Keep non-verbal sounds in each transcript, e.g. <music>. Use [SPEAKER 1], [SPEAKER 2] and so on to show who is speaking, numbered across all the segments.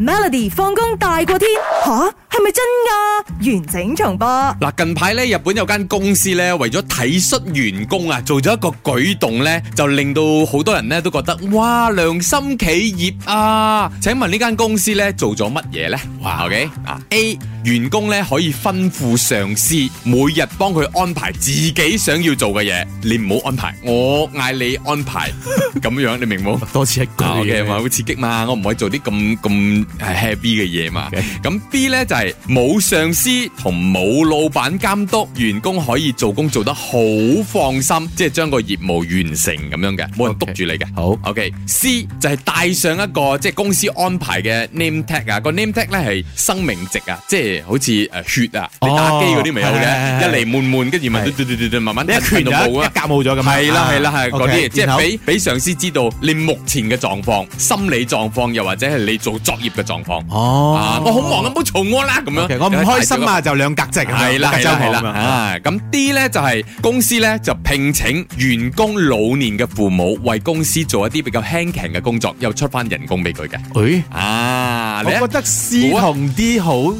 [SPEAKER 1] Melody 放工大過天吓，係咪真㗎？完整重 <laughs> 播。
[SPEAKER 2] 嗱，近排咧，日本有間公司咧，為咗體恤員工啊，做咗一個舉動咧，就令到好多人咧都覺得哇，良心企業啊！請問呢間公司咧做咗乜嘢咧？哇，OK 啊，A 員工咧可以吩咐上司每日幫佢安排自己想要做嘅嘢，你唔好安排，我嗌你安排，咁樣你明冇？
[SPEAKER 3] 多此一舉
[SPEAKER 2] 啊，OK Ờ,
[SPEAKER 3] 嘅
[SPEAKER 2] 嘛，好刺激嘛，我唔可以做啲咁咁呃 happy 嘅嘢嘛
[SPEAKER 3] OK。
[SPEAKER 2] 咁 B 呢就係冇上司同冇老闆監督，員工可以做工做得好放心，即係將個業務完成咁樣嘅，冇人
[SPEAKER 3] OK
[SPEAKER 2] 督住你嘅。
[SPEAKER 3] 好
[SPEAKER 2] OK C 就係帶上一個即係公司安排嘅 name tag 啊，個 name tag 咧係生命值啊，即係好似誒血啊，你打機嗰啲咪有
[SPEAKER 3] 哦係係係
[SPEAKER 2] 嘅，一嚟悶悶，跟住咪
[SPEAKER 3] 係
[SPEAKER 2] 嘟嘟嘟嘟慢慢
[SPEAKER 3] 你一
[SPEAKER 2] 吞
[SPEAKER 3] 拳就一
[SPEAKER 2] 到冇
[SPEAKER 3] 一
[SPEAKER 2] 啊。
[SPEAKER 3] 格冇咗咁樣
[SPEAKER 2] 係啦
[SPEAKER 3] 啊
[SPEAKER 2] 係啦係嗰
[SPEAKER 3] À,
[SPEAKER 2] 啲，
[SPEAKER 3] OK，
[SPEAKER 2] 即
[SPEAKER 3] 然
[SPEAKER 2] 係
[SPEAKER 3] 後
[SPEAKER 2] 俾俾上司知道你目前嘅狀況、心理狀況，又或者係你做作業嘅狀況。
[SPEAKER 3] 哦
[SPEAKER 2] 啊，我好忙啊，唔好嘈我啦，咁樣。
[SPEAKER 3] ，OK，我唔開心啊，就兩格值咁樣
[SPEAKER 2] 係啦，
[SPEAKER 3] 兩
[SPEAKER 2] 係
[SPEAKER 3] 格
[SPEAKER 2] 啦，
[SPEAKER 3] 周
[SPEAKER 2] 係
[SPEAKER 3] 末
[SPEAKER 2] 啦，
[SPEAKER 3] 咁樣
[SPEAKER 2] 啊，咁 D 呢就係公司呢就聘請員工老年嘅父母為公司做一啲比較輕強嘅工作，又出翻人工俾佢嘅。
[SPEAKER 3] 誒，
[SPEAKER 2] 啊，你
[SPEAKER 3] 我覺得 C
[SPEAKER 2] 好啊
[SPEAKER 3] 同 D 好。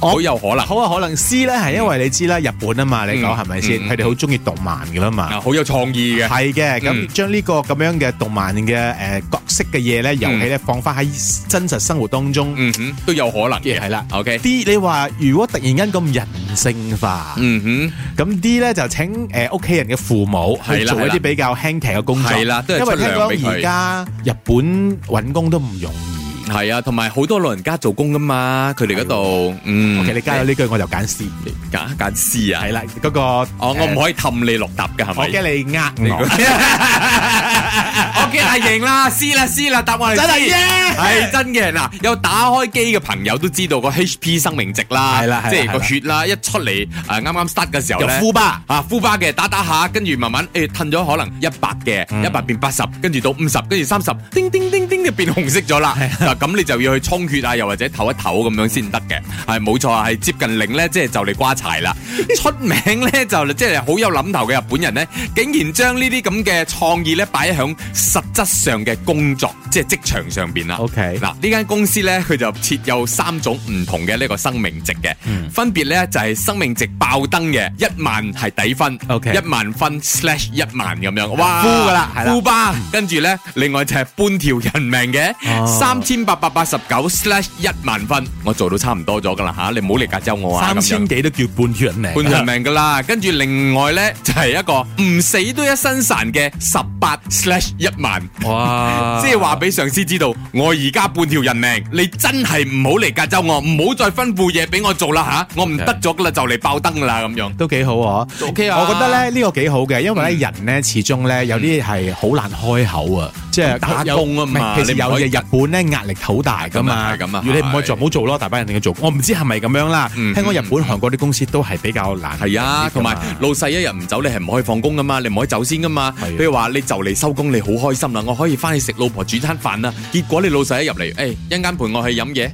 [SPEAKER 3] 我
[SPEAKER 2] 好有可能，
[SPEAKER 3] 好啊，可能 C 咧係因為你知啦，日本啊嘛，你講
[SPEAKER 2] 嗯
[SPEAKER 3] 係咪先？
[SPEAKER 2] 嗯
[SPEAKER 3] 佢哋好中意動漫噶啦嘛
[SPEAKER 2] 啊，。好有創意嘅。
[SPEAKER 3] 係嘅，咁
[SPEAKER 2] 嗯
[SPEAKER 3] 將呢個咁樣嘅動漫嘅誒角色嘅嘢咧，遊戲咧放翻喺真實生活當中。
[SPEAKER 2] 嗯哼，都有可能嘅。
[SPEAKER 3] 係啦
[SPEAKER 2] ，OK。
[SPEAKER 3] D 你話如果突然間咁人性化，
[SPEAKER 2] 嗯哼。
[SPEAKER 3] 咁 D 咧就請誒屋企人嘅父母去
[SPEAKER 2] 係啦
[SPEAKER 3] 做一
[SPEAKER 2] 係啦
[SPEAKER 3] 啲比較輕騎嘅工作。
[SPEAKER 2] 係啦都係
[SPEAKER 3] 因為
[SPEAKER 2] 出
[SPEAKER 3] 聽
[SPEAKER 2] 糧俾
[SPEAKER 3] 講
[SPEAKER 2] 佢
[SPEAKER 3] 而家日本揾工都唔容易。
[SPEAKER 2] 系啊，同埋好多老人家做工噶嘛，佢哋嗰度，嗯
[SPEAKER 3] OK，你加咗呢句我就揀 C。
[SPEAKER 2] 揀揀 C 啊，
[SPEAKER 3] 係啦，嗰個
[SPEAKER 2] 哦，我唔可以氹你落答嘅係
[SPEAKER 3] 我
[SPEAKER 2] 咪？
[SPEAKER 3] 驚你呃我。
[SPEAKER 2] <laughs> 我嘅系型啦，C 啦 C 啦，答案
[SPEAKER 3] <laughs> 真係
[SPEAKER 2] C
[SPEAKER 3] 耶
[SPEAKER 2] 係真嘅嗱，有打開機嘅朋友都知道個 HP 生命值啦，
[SPEAKER 3] 係啦係啦
[SPEAKER 2] 即係
[SPEAKER 3] 係
[SPEAKER 2] 個
[SPEAKER 3] 啦
[SPEAKER 2] 血啦，一出嚟啊啱啱 start 嘅時候
[SPEAKER 3] 有
[SPEAKER 2] 咧。
[SPEAKER 3] 呼巴。
[SPEAKER 2] 啊，呼巴嘅打打下，跟住慢慢誒褪咗可能一百嘅，一百變八十，跟住到五十，跟住三十，叮叮叮叮就變紅色咗啦。嗱，咁你就要去充血啊，又或者唞一唞咁樣先得嘅。係冇錯啊，係接近零咧，即係就嚟瓜柴啦。出名咧就即係好有諗頭嘅日本人咧，竟然將呢啲咁嘅創意咧擺喺實質上嘅工作，即係職場上邊啦。
[SPEAKER 3] OK
[SPEAKER 2] 嗱，呢間公司咧，佢就設有三種唔同嘅呢個生命值嘅，
[SPEAKER 3] 嗯
[SPEAKER 2] 分別咧就係、生命值爆燈嘅一萬係底分
[SPEAKER 3] OK
[SPEAKER 2] 一萬分 slash 一萬咁樣，哇，
[SPEAKER 3] 呼㗎啦係啦
[SPEAKER 2] 呼巴，跟住咧，另外就係半條人命嘅
[SPEAKER 3] 哦
[SPEAKER 2] 三千八百八十九 slash 一萬分，我做到差唔多咗噶啦吓，你唔好嚟隔周我啊，
[SPEAKER 3] 三
[SPEAKER 2] 咁樣
[SPEAKER 3] 千幾都叫半血命，
[SPEAKER 2] 半條命噶啦，跟住另外咧就係、一個唔死都一身潺嘅十八 slash 一萬。
[SPEAKER 3] 哇！
[SPEAKER 2] 即係話俾上司知道，我而家半條人命，你真係唔好嚟隔周我，唔好再吩咐嘢俾我做啦吓，我唔得咗噶啦，就嚟爆燈啦咁樣。
[SPEAKER 3] 都幾好啊
[SPEAKER 2] OK 啊
[SPEAKER 3] 我覺得咧呢、個幾好嘅，因為咧、人咧始終咧有啲係好難開口啊，即係
[SPEAKER 2] 打工啊嘛
[SPEAKER 3] 有唔係其實
[SPEAKER 2] 你唔
[SPEAKER 3] 有
[SPEAKER 2] 可以
[SPEAKER 3] 嘢日本咧壓力好大噶
[SPEAKER 2] 咁
[SPEAKER 3] 嘛，
[SPEAKER 2] 啊係咁啊
[SPEAKER 3] 如果你唔可以
[SPEAKER 2] 係
[SPEAKER 3] 做，唔好做咯，大班人嘅做。我唔知係咪咁樣啦。
[SPEAKER 2] 嗯
[SPEAKER 3] 聽講日本、韓國啲公司都係比較難。
[SPEAKER 2] 係啊，同埋老細一日唔走，你係唔可以放工噶嘛，你唔可以走先噶嘛。
[SPEAKER 3] 係啊
[SPEAKER 2] 譬如話你就嚟收工，你好開心啦，我可以翻去食老婆煮餐飯啦。結果你老細一入
[SPEAKER 3] 嗯
[SPEAKER 2] 嚟，誒一陣間陪我去飲嘢，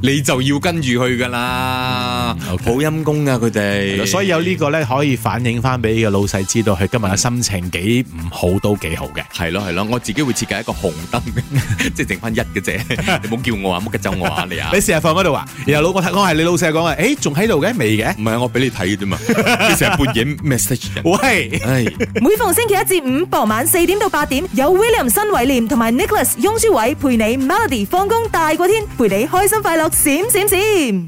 [SPEAKER 2] 你就要跟住去噶啦，
[SPEAKER 3] 嗯
[SPEAKER 2] 好陰功噶佢哋。
[SPEAKER 3] 所以有呢個咧可以反映翻俾個老細知道佢今日嘅心情幾唔好都幾好嘅。
[SPEAKER 2] 係咯係咯，我自己會設計一個紅燈， <laughs> 即係剩翻一嘅
[SPEAKER 3] <laughs>
[SPEAKER 2] 啫。你唔好叫我啊，唔好吉走我啊，你啊
[SPEAKER 3] 你。成日放嗰度啊？然後老我睇我係你老細講啊，誒仲喺度
[SPEAKER 2] <laughs>
[SPEAKER 3] 嘅未嘅？
[SPEAKER 2] 唔係啊，我俾你睇嘅啫嘛，你成日半夜 message
[SPEAKER 3] <laughs>
[SPEAKER 2] 人。
[SPEAKER 3] 喂！
[SPEAKER 2] 唉，
[SPEAKER 1] 每逢星期一至五傍晚四點到八點，有 William 新偉廉同埋 Nicholas 雍舒偉陪你 Melody 放工大過天，陪你開心快樂閃閃閃。